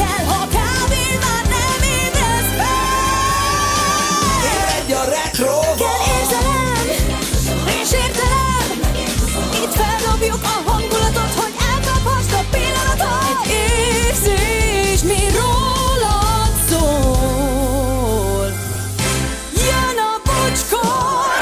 kell, ha kávé már nem ébredsz fel. Éredj a retroval! Kell érzelem és értelem Itt feldobjuk a hangulatot, hogy elkaphast a pillanatot Egy érzés, mi rólad szól Jön a bocskor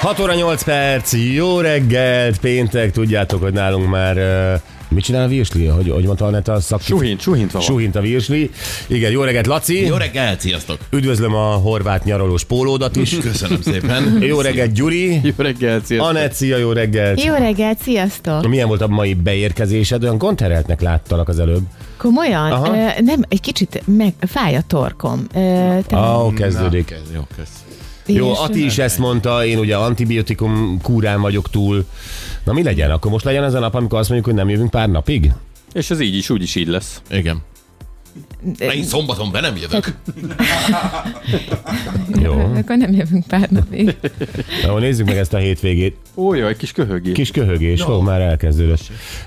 6 óra 8 perc, jó reggelt, péntek, tudjátok, hogy nálunk már... Uh, mit csinál a virsli? Hogy, hogy mondta Anett a szakki? Suhint, suhintva van. Suhint a virsli. Igen, jó reggelt, Laci. Jó reggelt, sziasztok! Üdvözlöm a horvát nyaralós pólódat is. Köszönöm szépen. Jó reggelt, Gyuri. Jó reggelt, sziasztok. Anett, szia, jó reggelt. Jó reggelt, sziasztok! Milyen volt a mai beérkezésed? Olyan kontereltnek láttalak az előbb. Mm, Komolyan? Aha. Ö, nem, egy kicsit meg, fáj a torkom. Ö, te- Ó, oh, kezdődik. Kezd- Jó, kösz. Jó, és- Ati is ezt mondta, én ugye antibiotikum kúrán vagyok túl. Na mi legyen? Akkor most legyen ez a nap, amikor azt mondjuk, hogy nem jövünk pár napig? És ez így is, úgy is így lesz. Igen. Én szombaton be nem Hát, jövök. Jó. Akkor nem jövünk pár napig. Na, akkor nézzük meg ezt a hétvégét. Ó, jaj, kis köhögés. Kis köhögés, no. már elkezdődött.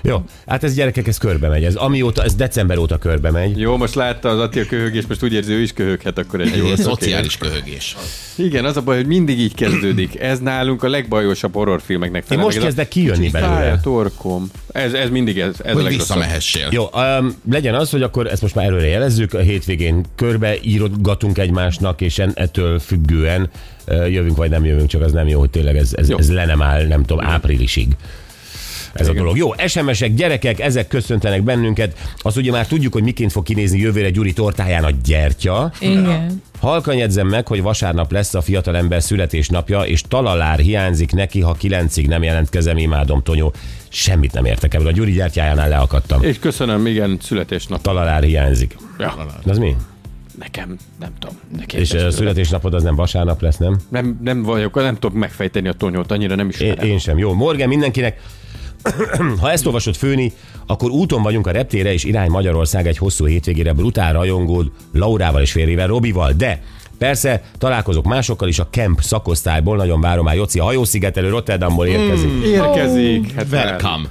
Jó, hát ez gyerekek, ez körbe megy. Ez, amióta, ez december óta körbe megy. Jó, most látta az Attila köhögés, most úgy érzi, ő is köhöghet, akkor egy jó. Egy ilyen oké. szociális köhögés. Igen, az a baj, hogy mindig így kezdődik. Ez nálunk a legbajosabb horrorfilmeknek. Én talán most meg ez a- kezdek kijönni Fáj belőle. a torkom. Ez, ez mindig ez, ez a Hogy legrosszabb. visszamehessél. Jó, um, legyen az, hogy akkor ezt most már előre jelezzük, a hétvégén körbe írogatunk egymásnak, és en, ettől függően uh, jövünk vagy nem jövünk, csak az nem jó, hogy tényleg ez, ez, Jó. ez le nem áll, nem tudom, áprilisig. Ez a dolog. Jó, SMS-ek, gyerekek, ezek köszöntenek bennünket. Azt ugye már tudjuk, hogy miként fog kinézni jövőre Gyuri tortáján a gyertya. Igen. Halkan jegyzem meg, hogy vasárnap lesz a fiatalember születésnapja, és talalár hiányzik neki, ha kilencig nem jelentkezem, imádom, Tonyó. Semmit nem értek ebből. A Gyuri gyertyájánál leakadtam. És köszönöm, igen, születésnap. Talalár hiányzik. Ja, De Az mi? nekem, nem tudom. Nekem És a születésnapod az nem vasárnap lesz, nem? nem, nem vagyok, nem tudom megfejteni a tonyót, annyira nem Én, ismerem. én sem. Jó, Morgan mindenkinek. ha ezt olvasod főni, akkor úton vagyunk a reptére, és irány Magyarország egy hosszú hétvégére brutál rajongód Laurával és férjével, Robival. De persze találkozok másokkal is a Camp szakosztályból, nagyon várom már Joci a hajószigetelő Rotterdamból érkezik. Mm. Érkezik. Hát Welcome.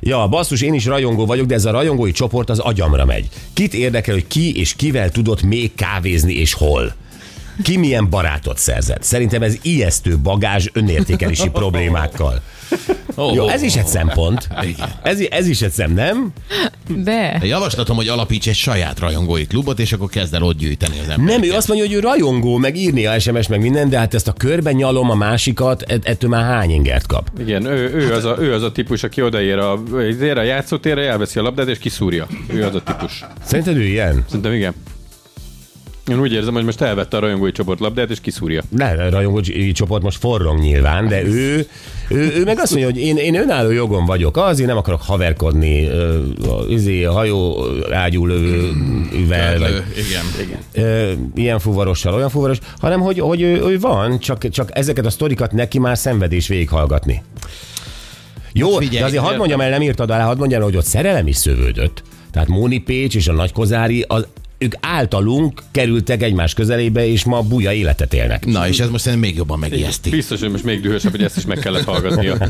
Ja, basszus, én is rajongó vagyok, de ez a rajongói csoport az agyamra megy. Kit érdekel, hogy ki és kivel tudott még kávézni és hol? Ki milyen barátot szerzett? Szerintem ez ijesztő bagázs önértékelési problémákkal. Oh, Jó, ez is egy szempont. Igen. Ez, i- ez is egy szem, nem? De. Javaslatom, hogy alapíts egy saját rajongói klubot, és akkor kezd el ott gyűjteni az embereket. Nem, ő azt mondja, hogy ő rajongó, meg írni a SMS, meg minden, de hát ezt a körben nyalom a másikat, ett- ettől már hány ingert kap? Igen, ő, ő, az a, ő az a típus, aki odaér a, ér a játszótérre, elveszi a labdát és kiszúrja. Ő az a típus. Szerinted ő ilyen? Szerintem igen. Én úgy érzem, hogy most elvette a rajongói csoport labdát és kiszúrja. Ne, a rajongó cs- csoport most forrong nyilván, de ő, ő, ő meg azt mondja, hogy én, én önálló jogon vagyok, azért nem akarok haverkodni ö, a- izé, a hajó ágyú lövővel, vagy Ö, Igen. Igen. ö, ilyen fuvarossal, olyan fuvaros, hanem hogy, hogy ő, ő van, csak, csak ezeket a sztorikat neki már szenvedés végighallgatni. Jó, figyelj, de azért hadd értem. mondjam el, nem írtad alá, hadd mondjam el, hogy ott szerelem is szövődött. Tehát Móni Pécs és a Nagykozári, az, ők általunk kerültek egymás közelébe, és ma buja életet élnek. Na, és ez most szerintem még jobban megijeszti. Biztos, hogy most még dühösebb, hogy ezt is meg kellett hallgatnia.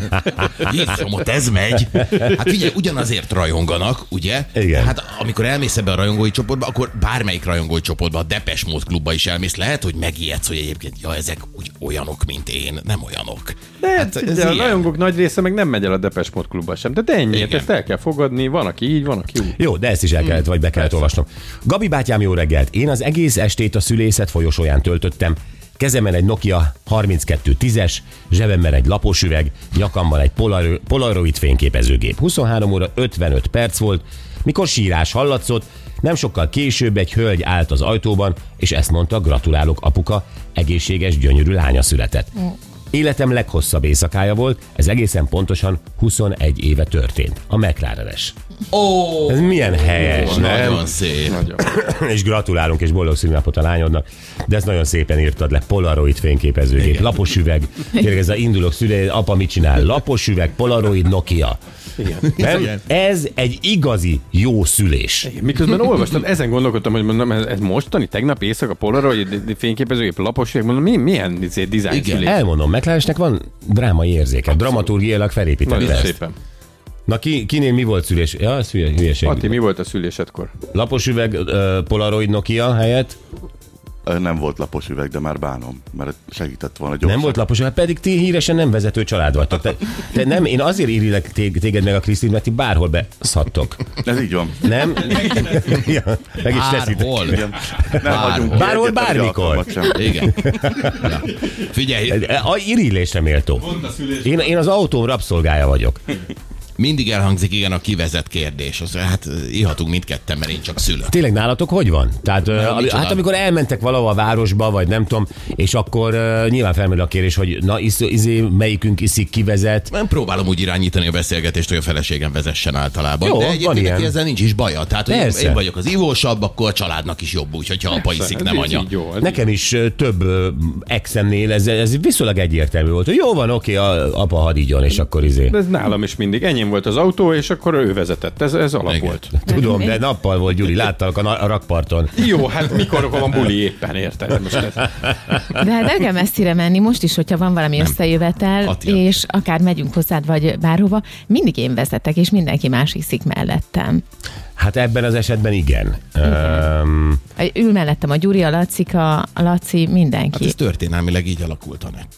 Jézusom, ott ez megy. Hát figyelj, ugyanazért rajonganak, ugye? Igen. Hát amikor elmész ebbe a rajongói csoportba, akkor bármelyik rajongói csoportba, a Depes Mód klubba is elmész, lehet, hogy megijedsz, hogy egyébként, ja, ezek úgy olyanok, mint én, nem olyanok. De Hát hát, ez ugye, a ilyen. rajongók nagy része meg nem megy el a Depes Mode klubba sem. De, de ennyi, Igen. hát ezt el kell fogadni, van, aki így, van, aki úgy. Jó, de ezt is el kellett, vagy be kellett olvasnom. Gabi bátyám, jó reggelt! Én az egész estét a szülészet folyosóján töltöttem. Kezemben egy Nokia 3210-es, zsebemben egy lapos üveg, nyakamban egy Polaro- Polaroid fényképezőgép. 23 óra 55 perc volt, mikor sírás hallatszott, nem sokkal később egy hölgy állt az ajtóban, és ezt mondta, gratulálok apuka, egészséges, gyönyörű lánya született. Életem leghosszabb éjszakája volt, ez egészen pontosan 21 éve történt. A McLarenes. Ó, Ez milyen helyes, nem? nagyon szép. Nagyon. És gratulálunk, és boldog szülnapot a lányodnak. De ezt nagyon szépen írtad le. Polaroid fényképezőgép, Igen. lapos üveg. Tényleg ez a indulok szüle, apa mit csinál? Lapos üveg, Polaroid, Nokia. Igen. Nem? Igen. Ez egy igazi jó szülés. Miközben olvastam, ezen gondolkodtam, hogy mondom, ez, ez mostani, tegnap éjszaka Polaroid fényképezőgép lapos, üveg, mondom, mi, milyen izé, dizájn Igen. szülés. Elmondom, McLarennek van drámai érzéke. Dramaturgiailag felépítette Nagyon ezt. szépen. Na ki, kinél mi volt szülés? Ja, ez hülye- hülyeség. Ati, mi volt a szülésedkor? Lapos üveg, ö, Polaroid Nokia helyett. Ö, Nem volt lapos üveg, de már bánom, mert segített volna gyorsan. Nem volt lapos üveg, pedig ti híresen nem vezető család vagytok. Te, te nem, én azért írlek téged meg a Krisztin, mert ti bárhol beszadtok. Ez így van. Nem? ja, meg is teszitek. Bárhol. Igen. Nem hagyunk ki Bárhol, egyetlen egy bármikor. alkalmat sem. Igen. Na, figyelj, E, A irillésre méltó. Én, én az autóm rabszolgája vagyok. mindig elhangzik igen a kivezet kérdés. Az, hát ihatunk mindketten, mert én csak szülök. Tényleg nálatok hogy van? Tehát, ö, ami- micsoda? hát amikor elmentek valahova a városba, vagy nem tudom, és akkor ö, nyilván felmerül a kérés, hogy na, isz, izé, melyikünk iszik, kivezet. Nem próbálom úgy irányítani a beszélgetést, hogy a feleségem vezessen általában. Jó, de van egyébként ilyen. neki ezzel nincs is baja. Tehát, hogy Persze. én vagyok az ivósabb, akkor a családnak is jobb, úgy, hogyha apa iszik, hát nem Ez így- anya. így Jó, ez Nekem is ö, több ö, exemnél ez, ez viszonylag egyértelmű volt, hogy jó van, oké, a, apa hadd igyon, és akkor izé. De ez nálam is mindig. Enyém volt az autó, és akkor ő vezetett. Ez, ez alap Igen. volt. Tudom, de nappal volt, Gyuri, láttalak a, na- a rakparton. Jó, hát mikor van buli éppen, érted? Most ez. De hát nem kell messzire menni, most is, hogyha van valami nem. összejövetel, Attila. és akár megyünk hozzád, vagy bárhova, mindig én vezetek, és mindenki más iszik mellettem. Hát ebben az esetben igen. Öm, Ül mellettem a Gyuri, a Lacika, a Laci, Hát mindenki. ez történelmileg így alakult a net.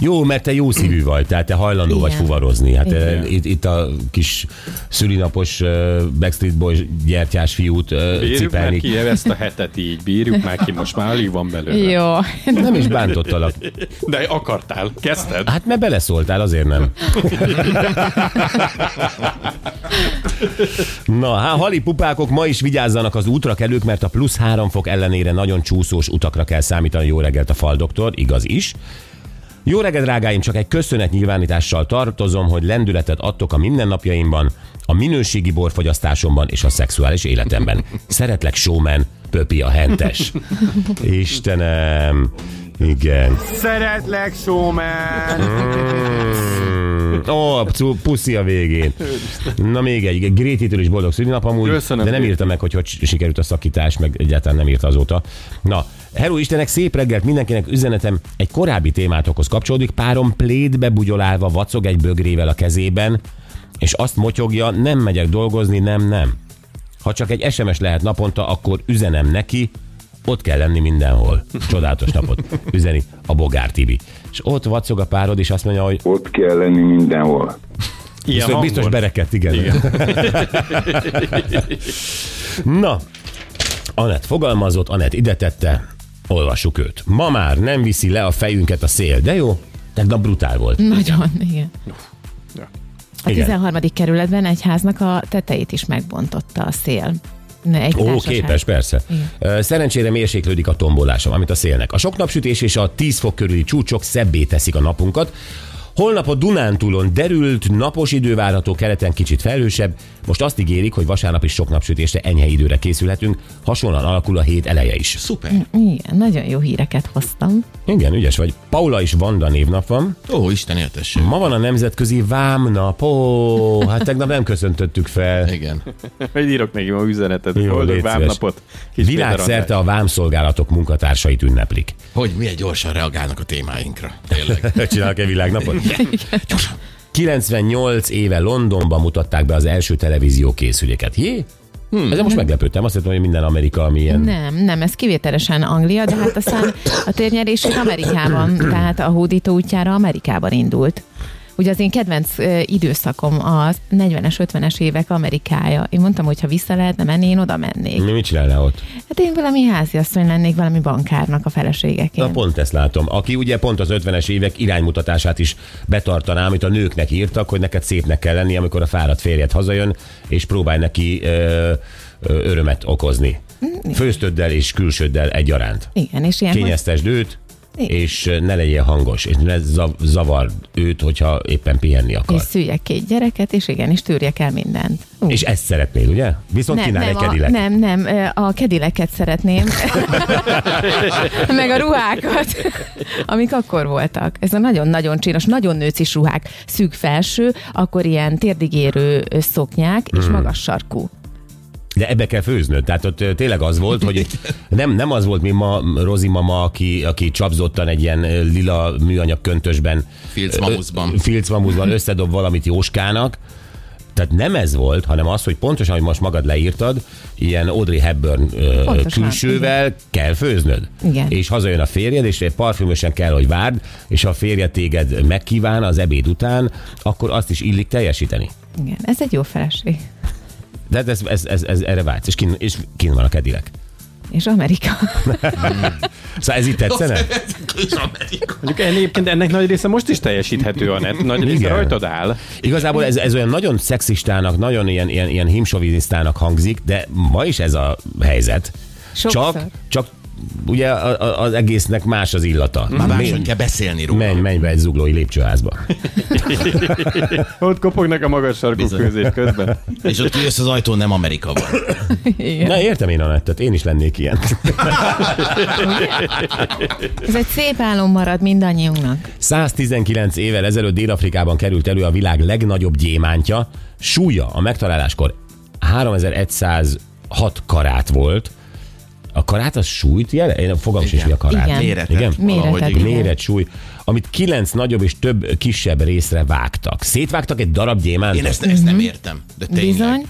jó, mert te jó szívű vagy, tehát te hajlandó Igen. vagy fuvarozni. Hát Igen. eh, itt, itt a kis szülinapos eh, Backstreet Boys gyertyás fiút eh, Bírjuk már cipelni. ki ezt a hetet így, bírjuk már ki, most már alig van belőle. Jó. Nem is bántottalak. De akartál, kezdted. Hát mert beleszóltál, azért nem. Na, há, hali pupákok ma is vigyázzanak az útra kelők, mert a plusz három fok ellenére nagyon csúszós utakra kell számítani. Jó reggelt a faldoktor, igaz is. Jó reggelt, drágáim, csak egy köszönet nyilvánítással tartozom, hogy lendületet adtok a mindennapjaimban, a minőségi borfogyasztásomban és a szexuális életemben. Szeretlek, showman, pöpi a hentes. Istenem, igen. Szeretlek, showman! Ó, oh, puszi a végén. Na még egy, Grétitől is boldog szülinap amúgy, Köszönöm, de nem Gréti. írta meg, hogy hogy sikerült a szakítás, meg egyáltalán nem írta azóta. Na, Hello Istenek, szép reggelt mindenkinek, üzenetem egy korábbi témátokhoz kapcsolódik, párom plédbe bugyolálva vacog egy bögrével a kezében, és azt motyogja, nem megyek dolgozni, nem, nem. Ha csak egy SMS lehet naponta, akkor üzenem neki, ott kell lenni mindenhol. Csodálatos napot üzeni a Bogár Tibi. És ott vacog a párod, és azt mondja, hogy ott kell lenni mindenhol. Ilyen Biztos, biztos bereket, igen. igen. Na, Anett fogalmazott, Anett ide tette, olvassuk őt. Ma már nem viszi le a fejünket a szél, de jó? Tegnap brutál volt. Nagyon, igen. A Igen. 13. kerületben egy háznak a tetejét is megbontotta a szél. Ne, Egy Ó, társaság. képes, persze. Ö, Szerencsére mérséklődik a tombolásom, amit a szélnek. A sok napsütés és a 10 fok körüli csúcsok szebbé teszik a napunkat. Holnap a Dunántúlon derült, napos idő várható, keleten kicsit felhősebb. Most azt ígérik, hogy vasárnap is sok napsütésre enyhe időre készülhetünk. Hasonlóan alakul a hét eleje is. Szuper. Igen, nagyon jó híreket hoztam. Igen, ügyes vagy. Paula és Vanda névnap van. Ó, Isten éltesse. Ma van a nemzetközi vámnap. Ó, hát tegnap nem köszöntöttük fel. Igen. Hogy írok neki ma üzenetet, Jó, légy boldog szíves. vámnapot. Kis Világszerte a vámszolgálatok munkatársait ünneplik. Hogy milyen gyorsan reagálnak a témáinkra. Tényleg. Csinálok-e világnapot? Gyorsan. 98 éve Londonban mutatták be az első televízió készüléket. Jé? Hmm. Ezzel most meglepődtem. Azt hittem, hogy minden Amerika, ami ilyen... Nem, nem, ez kivételesen Anglia, de hát aztán a térnyerésük Amerikában, tehát a hódító útjára Amerikában indult. Ugye az én kedvenc ö, időszakom az 40-es, 50-es évek Amerikája. Én mondtam, hogy ha vissza lehetne menni, én oda mennék. Mi mit csinálnál ott? Hát én valami háziasszony lennék, valami bankárnak a Na, feleségeként. pont ezt látom. Aki ugye pont az 50-es évek iránymutatását is betartaná, amit a nőknek írtak, hogy neked szépnek kell lenni, amikor a fáradt férjed hazajön, és próbálj neki ö, ö, örömet okozni. Főztöddel és külsőddel egyaránt. Igen, és ilyen, hogy Kényeztesd őt, Igen. és ne legyél hangos, és ne zav- zavard őt, hogyha éppen pihenni akar. és szüljek két gyereket, és igen, és tűrjek el mindent. Ú. És ezt szeretnéd, ugye? Viszont nem, kínál nem, egy a, kedilek. nem, nem, ö, a kedileket szeretném. Meg a ruhákat, amik akkor voltak. Ez a nagyon-nagyon csinos, nagyon nőcis ruhák. Szűk felső, akkor ilyen térdigérő ö, szoknyák, és magas sarkú. De ebbe kell főznöd. Tehát ott ö, tényleg az volt, hogy nem, nem az volt, mi ma Rozi mama, aki, aki csapzottan egy ilyen ö, lila műanyag köntösben, Filc mamuszban. filcmamuszban összedob valamit Jóskának, Tehát nem ez volt, hanem az, hogy pontosan, hogy most magad leírtad, ilyen Audrey Hepburn ö, Pontosan, külsővel kell főznöd. Igen. És hazajön a férjed, és parfümösen kell, hogy várd, és ha a férjed téged megkíván az ebéd után, akkor azt is illik teljesíteni. Igen, ez egy jó feleség. De ez, ez, ez, ez erre vágysz, és kin, és kin van a kedilek. És Amerika. Szóval ez itt tetszene? És Amerika. Mondjuk en- egyébként ennek nagy része most is teljesíthető, Anett. Nagy része Igen. rajtad áll. Igazából ez, ez olyan nagyon szexistának, nagyon ilyen, ilyen, ilyen himsovinisztának hangzik, de ma is ez a helyzet. Sokszor. Csak, csak ugye a- a- az egésznek más az illata. Már Menj- máshogy kell beszélni róla. Menj, menj be egy zuglói lépcsőházba. Ott kopognak a magas sarkú Bizony. főzés közben. És ott kijössz az ajtón, nem Amerika van. Igen. Na értem én Anettet, én is lennék ilyen. Ez egy szép álom marad mindannyiunknak. 119 évvel ezelőtt Dél-Afrikában került elő a világ legnagyobb gyémántja. Súlya a megtaláláskor 3106 karát volt. A karát az súlyt jel? Én fogam sincs, mi a karát. Igen. Méretet Igen? valahogy. Méretet. igen. Igen. Méret, súly, amit kilenc nagyobb és több kisebb részre vágtak. Szétvágtak egy darab gyémántot? Én ezt, ezt nem értem. De tényleg. Bizony.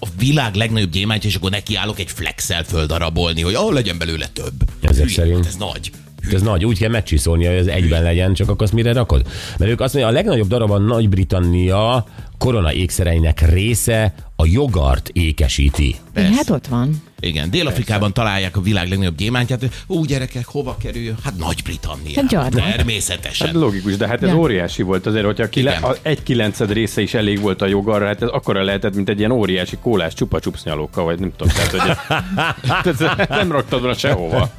A világ legnagyobb gyémántja, és akkor nekiállok egy flexel földarabolni, hogy ahol legyen belőle több. Ezek Hülye, hát szerint. Ez nagy. Ez nagy, úgy kell megcsiszolni, hogy ez egyben legyen, csak akkor azt mire rakod? Mert ők azt mondják, a legnagyobb darab a Nagy-Britannia korona ékszereinek része a jogart ékesíti. Igen, hát ott van. Igen, Dél-Afrikában találják a világ legnagyobb gyémántját. Ú, gyerekek, hova kerül? Hát Hát Nagy-Britannia. gyarmat. Természetesen. Hát logikus, de hát ez Ja. óriási volt azért, hogyha kile- Igen. a egy kilenced része is elég volt a jogarra, hát ez akkora lehetett, mint egy ilyen óriási kólás csupa nyalókkal, vagy nem tudom, tehát, hogy ez, ez nem raktad volna sehova.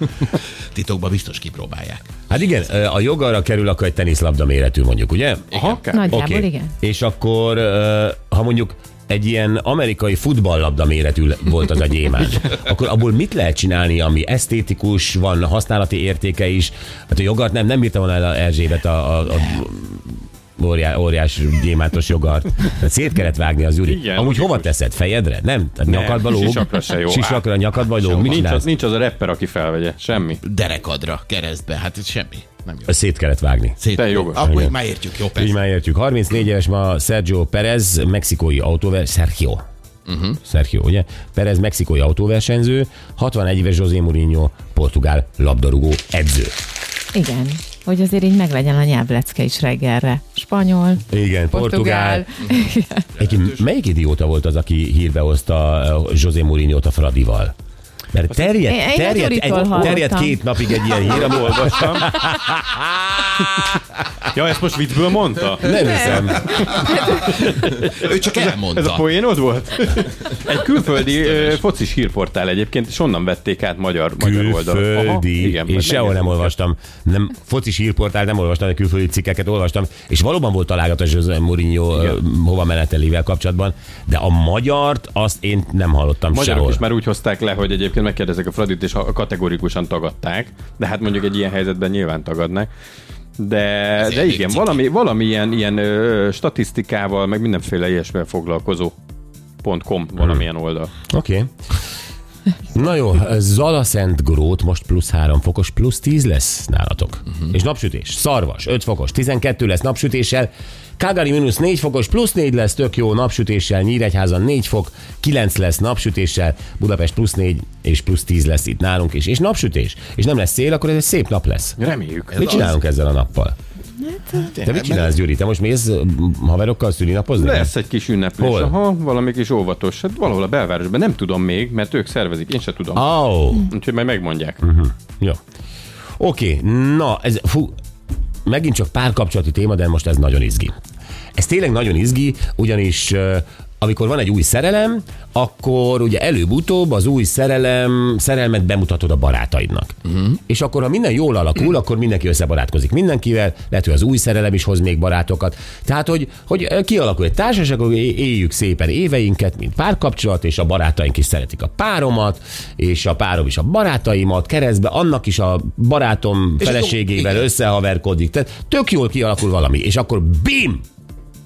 Titokban biztos kipróbálják. Hát igen, a jogarra kerül akkor egy teniszlabda méretű mondjuk, ugye? Aha, akár. Nagyjából okay. igen. És akkor, ö, ha mondjuk egy ilyen amerikai futballlabda méretű le- volt az a gyémánt, akkor abból mit lehet csinálni, ami esztétikus, van használati értéke is? Hát a jogart nem, nem írta volna el a Erzsébet a, a, a Óriás, óriás gyémántos jogart. Tehát Szét kellett vágni az Gyuri. Igen, Amúgy hova logikus. teszed? Fejedre? Nem? Tehát Nem, nyakadba lóg? sisakra se jó. Hát, Sisakra, nyakadba lóg? Mit Nincs az, csinálsz? nincs az a rapper, aki felvegye, semmi. Derekadra, keresztbe, hát ez semmi. Nem jó. Ezt Szét kellett vágni. Szép. Te jogos. Akkor így már értjük, jó Így persze. már értjük. 34 éves ma Sergio Perez, mexikói autóver... Sergio. Uh-huh. Sergio, ugye? Perez mexikói autóversenyző, 61 éves José Mourinho, portugál labdarúgó edző. Igen. Hogy azért így meglegyen a nyelvlecke is reggelre. Spanyol, Igen, portugál. portugál. Igen. Egy, melyik idióta volt az, aki hírbe hozta eh, José Mourinho-t a Fradival? Mert terjed, Én- én a terjed, egy, Gyuritól terjed hallottam. két napig egy ilyen hír, ami Olvastam. Ja, ezt most viccből mondta? nem hiszem. Ő csak elmondta. Ez a poénod volt? Egy külföldi ö, focis hírportál egyébként, és onnan vették át magyar, magyar oldalon. külföldi, igen, vagy és sehol nem ez- olvastam, nem focis hírportál, nem olvastam, de külföldi cikkeket olvastam, és valóban volt találgatás José Mourinho ö, hova menetelével kapcsolatban, de a magyart azt én nem hallottam Magyarok sehol. is már úgy hozták le, hogy egyébként megkérdezek a Fradit, és ha- kategorikusan tagadták, de hát mondjuk egy ilyen helyzetben nyilván tagadnak. De, de elég igen, ciki. valami, valami ilyen, ilyen ö, statisztikával, meg mindenféle ilyesmivel foglalkozó .com valamilyen oldal. Oké. Okay. Na jó, Zalaszent Grót most plusz 3 fokos, plusz 10 lesz nálatok. Uh-huh. És napsütés, szarvas, 5 fokos, 12 lesz napsütéssel, Kágari mínusz 4 fokos, plusz 4 lesz, tök jó napsütéssel, Nyíregyházan 4 fok, 9 lesz napsütéssel, Budapest plusz 4 és plusz 10 lesz itt nálunk is, és napsütés, és nem lesz szél, akkor ez egy szép nap lesz. Reméljük. Mit csinálunk ezzel a nappal? Te mit csinálsz, Gyuri? Te most mész ö, haverokkal szülinapozni? Lesz egy kis ünneplés. Hol? Aha, valami kis óvatos. Hát valahol a belvárosban. Nem tudom még, mert ők szervezik. Én se tudom. Ah. Mhm. Oh. Úgyhogy majd megmondják. Jó. Oké, na, ez fú, megint csak párkapcsolati téma, de most ez nagyon izgi. Ez tényleg nagyon izgi, ugyanis ö, amikor van egy új szerelem, akkor ugye előbb-utóbb az új szerelem, szerelmet bemutatod a barátaidnak. Uh-huh. És akkor, ha minden jól alakul, akkor mindenki összebarátkozik mindenkivel, lehet, hogy az új szerelem is hoz még barátokat. Tehát, hogy, hogy ö, kialakul egy társaság, hogy é- éljük szépen éveinket, mint párkapcsolat, és a barátaink is szeretik a páromat, és a párom is a barátaimat, keresztbe, annak is a barátom És feleségével akkor- összehaverkodik. Tehát tök jól kialakul valami, és akkor bim!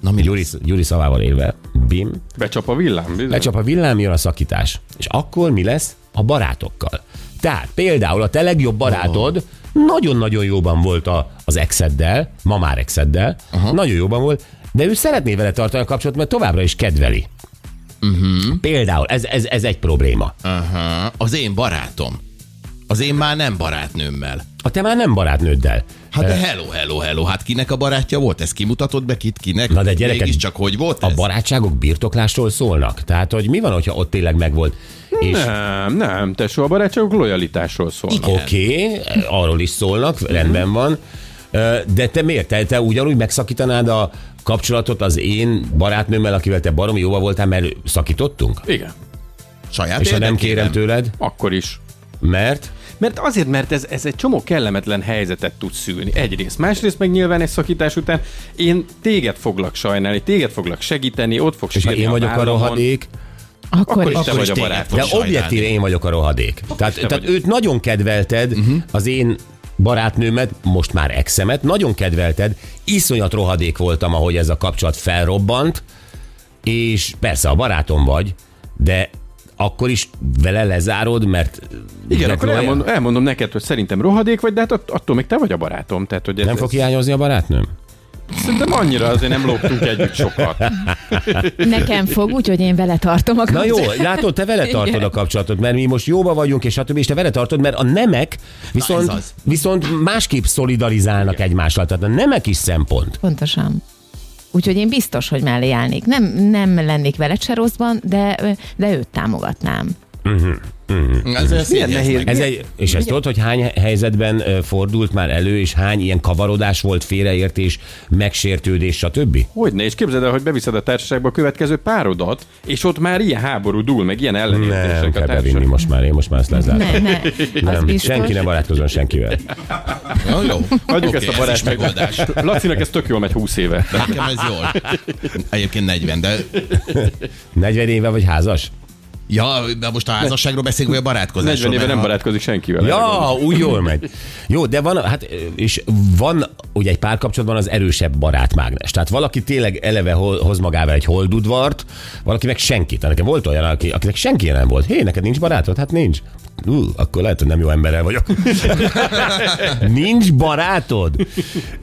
Na mi Gyuri, Gyuri szavával élve, bim, Becsap a villám. bizony. lecsap a villám, jön a szakítás. És akkor mi lesz a barátokkal? Tehát például a te legjobb barátod nagyon-nagyon jóban volt a, az exeddel, ma már exeddel, Aha. nagyon jóban volt, De ő szeretné vele tartani a kapcsolatot, mert továbbra is kedveli. Uh-huh. Például, ez, ez, ez egy probléma. Aha, az én barátom. Az én már nem barátnőmmel. A te már nem barátnőddel. Hát de hello, hello, hello. Hát kinek a barátja volt? Ez kimutatott be kit, kinek? Na de gyerekek, csak hogy volt A ez? barátságok birtoklásról szólnak. Tehát, hogy mi van, hogyha ott tényleg megvolt. És Nem, nem, tesó, a barátságok lojalitásról szólnak. oké, okay, arról is szólnak, rendben van. Ö, De te miért? Te, te ugyanúgy megszakítanád a kapcsolatot az én barátnőmmel, akivel te baromi jóba voltál, mert szakítottunk? Igen, Saját És ha nem érdekében? kérem tőled, akkor is. mert... Mert azért, mert ez, ez egy csomó kellemetlen helyzetet tud szülni. Egyrészt. Másrészt meg nyilván egy szakítás után én téged foglak sajnálni, téged foglak segíteni, ott fog És ha sírni én a vagyok a vállamon. rohadék, Akkor, Akkor is is. te Akkor vagy is a téged barát. fog De sajnálni. objektíve én vagyok a rohadék. Tehát, te tehát vagy. Mhm. őt nagyon kedvelted, uh-huh. az én barátnőmet, most már exemet, nagyon kedvelted, iszonyat rohadék voltam, ahogy ez a kapcsolat felrobbant, és persze a barátom vagy, de akkor is vele lezárod, mert... Igen, mert akkor rohadék- elmondom, elmondom, neked, hogy szerintem rohadék vagy, de hát att- attól még te vagy a barátom. Tehát, hogy ez, Nem fog hiányozni a barátnőm? ez, szerintem annyira azért nem lógtunk együtt sokat. Nekem fog, úgyhogy én vele tartom a Hát- Na jó, kapcsolatot. látod, te vele tartod a kapcsolatot, mert mi most jóba vagyunk, és stb. És te vele tartod, mert a nemek viszont, ez az. viszont másképp szolidarizálnak egymással. Tehát a nemek is szempont. Pontosan. Úgyhogy én biztos, hogy mellé állnék. Nem, nem lennék vele se rosszban, de, de őt támogatnám. Ez, ez milyen nehéz. Ez egy, és ezt tudod, hogy hány helyzetben ö, fordult már elő, és hány ilyen kavarodás volt, félreértés, megsértődés, stb.? Hogyne, és képzeld el, hogy beviszed a társaságba a következő párodat, és ott már ilyen háború dúl, meg ilyen Nem ellenértések a kell bevinni társaságban. most már, én most már ezt lezárom. Ne, ne, az Nem, biztos. senki nem barátkozom senkivel. Jó, jó. Hagyjuk Oké, ezt a ez is barátságot. megoldás. Lacinak ez tök jól megy 20 éve. Nekem ez jól. Egyébként 40, de... 40 éve vagy házas? Ja, de most a házasságról beszélünk, vagy a barátkozásról? 40 éve Mert nem ha- barátkozik senkivel. erre gondolok. Ja, úgy jól megy. Jó, de van, hát, ö, és van ugye egy párkapcsolatban az erősebb barátmágnes. Tehát valaki tényleg eleve ho- hoz magával egy holdudvart, valaki meg senkit. Tehát Nekem volt olyan, aki, akinek senki nem volt. Hé, neked nincs barátod? Hát nincs. Ú, akkor lehet, hogy nem jó emberrel vagyok. Nincs barátod?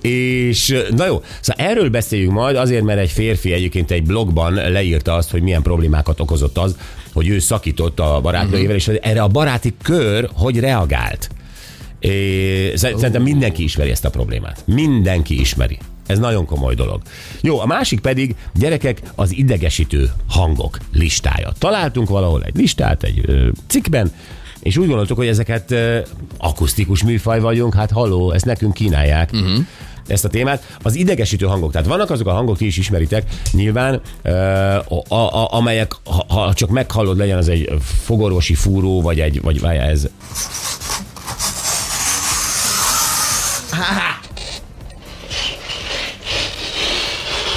És na jó, szóval erről beszéljünk majd, azért, mert egy férfi egyébként egy blogban leírta azt, hogy milyen problémákat okozott az, hogy ő szakított a barátnőjével, és hogy erre a baráti kör hogy reagált. É, sze- szerintem mindenki ismeri ezt a problémát. Mindenki ismeri. Ez nagyon komoly dolog. Jó, a másik pedig, gyerekek, az idegesítő hangok listája. Találtunk valahol egy listát egy ö, cikkben, és úgy gondoltuk, hogy ezeket ö, akusztikus műfaj vagyunk, hát haló, ezt nekünk kínálják. Uh-huh ezt a témát. Az idegesítő hangok, tehát vannak azok a hangok, ti is ismeritek, nyilván, ö, a, a, amelyek, ha, ha csak meghallod, legyen az egy fogorvosi fúró, vagy egy, vagy várjál, ez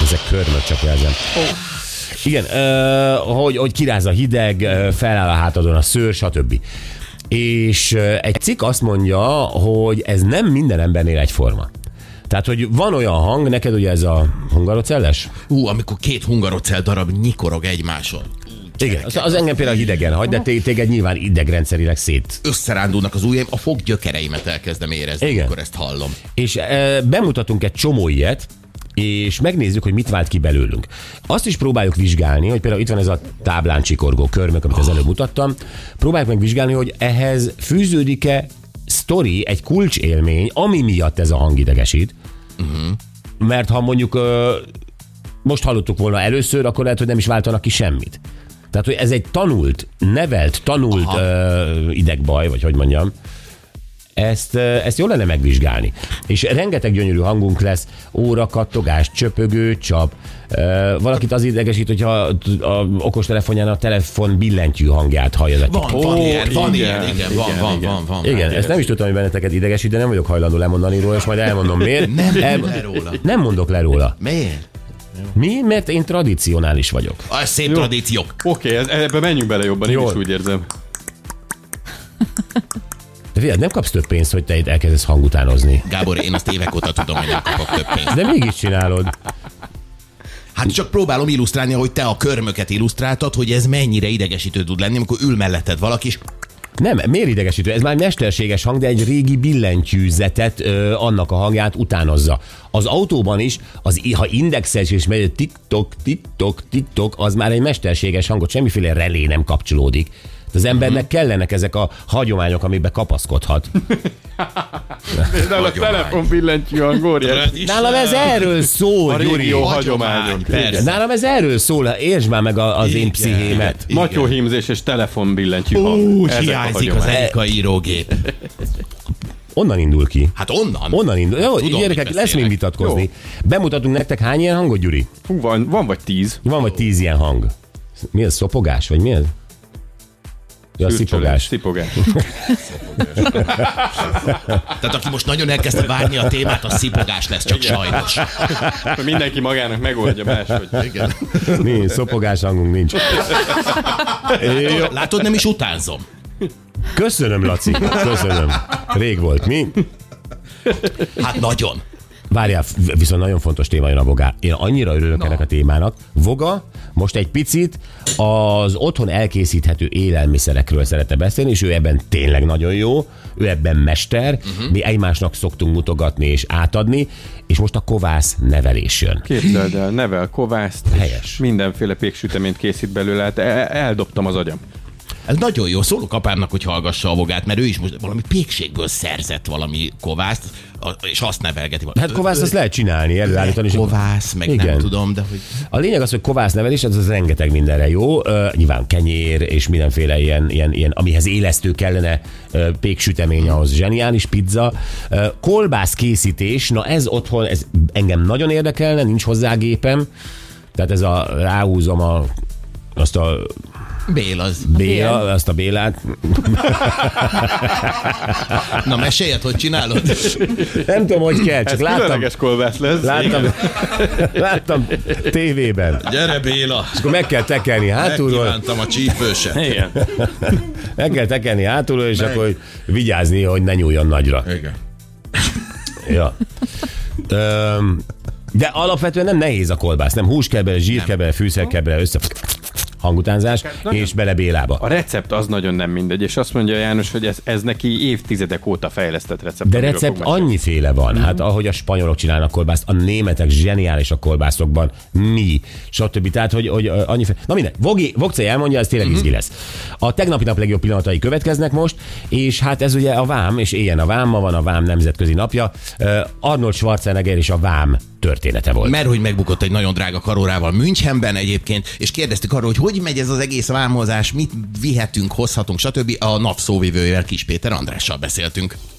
Ezek körmök, csak jelzem. Oh. Igen, ö, hogy, hogy kiráz a hideg, ö, feláll a hátadon a szőr, stb. És ö, egy cikk azt mondja, hogy ez nem minden embernél egyforma. Tehát, hogy van olyan hang, neked ugye ez a hungarocelles? Ú, amikor két hungarocell darab nyikorog egymáson. Igen, az, az engem például hidegen hagy, de té- téged nyilván idegrendszerileg szét. Összerándulnak az ujjaim, a foggyökereimet elkezdem érezni, Igen. amikor ezt hallom. És e, bemutatunk egy csomó ilyet, és megnézzük, hogy mit vált ki belőlünk. Azt is próbáljuk vizsgálni, hogy például itt van ez a táblán csikorgó körmök, amit az előbb mutattam. Próbáljuk meg vizsgálni, hogy ehhez fűződik-e sztori, egy kulcsélmény, ami miatt ez a hang idegesít. Uh-huh. Mert ha mondjuk ö, most hallottuk volna először, akkor lehet, hogy nem is váltanak ki semmit. Tehát, hogy ez egy tanult, nevelt, tanult ö, idegbaj, vagy hogy mondjam ezt, ezt jól lenne megvizsgálni. És rengeteg gyönyörű hangunk lesz, óra, kattogás, csöpögő, csap. Ö, Valakit az idegesít, hogyha a- a okostelefonján a telefon billentyű hangját hallja. az egyik. Van, van Ó, ilyen, van igen, ilyen, igen, van, igen, van, igen. van, van. Igen, van. ezt nem is tudtam, hogy benneteket idegesít, de nem vagyok hajlandó lemondani róla, és majd elmondom miért. Nem El- mondod le róla. Nem mondok le róla. Miért? Mi? Mert én tradicionális vagyok. A szép Jó. tradíciók. Oké, ez- ebbe menjünk bele jobban, én Jól. is úgy érzem. De figyelj, nem kapsz több pénzt, hogy te itt elkezdesz hangutánozni. Gábor, én azt évek óta tudom, hogy nem kapok több pénzt. De mégis csinálod. Hát csak próbálom illusztrálni, hogy te a körmöket illusztráltad, hogy ez mennyire idegesítő tud lenni, amikor ül melletted valaki, és Nem, miért idegesítő? Ez már mesterséges hang, de egy régi billentyűzetet ö, annak a hangját utánozza. Az autóban is, az, i- ha indexes és megy tik-tok, tik-tok, tik-tok, az már egy mesterséges hangot, semmiféle relé nem kapcsolódik. Tehát Az embernek kellenek ezek a hagyományok, amiben kapaszkodhat. De a telefon billentyű hangorja. Nálam ez erről szól, Gyuri. Régió hagyományom. Persze. Nálam ez erről szól, értsd már meg a- az én Igen. pszichémet. Igen. Matyóhímzés és telefon billentyű hang. Úgy Ezek a hiányzik az hagyományok. Erika írógép. Onnan indul ki. Hát onnan. Onnan indul. Jó, Tudom, mit gyerekek, lesz beszélek. még vitatkozni. Jó. Bemutatunk nektek hány ilyen hangot, Gyuri? Hú, van, van vagy tíz. Van vagy tíz ilyen hang. Mi ez, szopogás, vagy mi ez? Ja, szipogás. Szipogás. Tehát aki most nagyon elkezdte várni a témát, az szipogás lesz, csak sajnos. Hát, Mindenki magának megoldja máshogy. Igen. Nincs, szopogás hangunk nincs. Jó. Látod, nem is utánzom. Köszönöm, Laci. Köszönöm. Rég volt, mi? Hát nagyon. Várjál, v- viszont nagyon fontos téma jön a vogá. Én annyira örülök ennek a témának. Voga most egy picit az otthon elkészíthető élelmiszerekről szeretne beszélni, és ő ebben tényleg nagyon jó, ő ebben mester, uh-huh. mi egymásnak szoktunk mutogatni és átadni, és most a kovász nevelés jön. Képzeld el, nevel kovászt, és Helyes. mindenféle péksüteményt készít belőle, hát el- eldobtam az agyam. Ez nagyon jó. Szólok apámnak, hogy hallgassa a vogát, mert ő is most valami pékségből szerzett valami kovászt, a- és azt nevelgeti. Hát kovász azt lehet csinálni, előállítani. és- Kovász, meg Igen. Igen. nem tudom, de hogy... A lényeg az, hogy kovász nevelés, ez az rengeteg mindenre jó. Ö, nyilván kenyér és mindenféle ilyen, ilyen, ilyen amihez élesztő kellene, ö, péksütemény ahhoz zseniális pizza. Ö, kolbász készítés, na ez otthon, ez engem nagyon érdekelne, nincs hozzá gépem. Tehát ez a ráhúzom a azt a Bél az. Béla, azt a Bélát. Na meséljed, hogy csinálod? Nem tudom, hogy kell, csak Ez láttam, különleges kolbász lesz. láttam, láttam tévében. Gyere Béla! És akkor meg kell tekerni hátulról, Megkívántam a csípőset. Igen. meg kell tekerni hátulról, és akkor hogy vigyázni, hogy ne nyúljon nagyra. Igen. Ja. Öm, de alapvetően nem nehéz a kolbász, nem hús kell bele, zsír kell bele, fűszer kell bele, össze hangutánzás, és bele Bélába. A recept az nagyon nem mindegy, és azt mondja János, hogy ez, ez neki évtizedek óta fejlesztett recept. De amiről recept fog mesélni. annyiféle van, hát ahogy a spanyolok csinálnak kolbászt, a németek zseniális a kolbászokban, mi, stb. Tehát, hogy, hogy ö, annyiféle. Na minden, Vogi, Vogce elmondja, ez tényleg izgi lesz. A tegnapi nap legjobb pillanatai következnek most, és hát ez ugye a vám, és éljen a vám, ma van a vám nemzetközi napja. Ö, Arnold Schwarzenegger és a vám története volt. Mert hogy megbukott egy nagyon drága karórával Münchenben egyébként, és kérdeztük arról, hogy hogy megy ez az egész vámozás, mit vihetünk, hozhatunk, stb. A NAV szóvivőjével Kis Péter Andrással beszéltünk.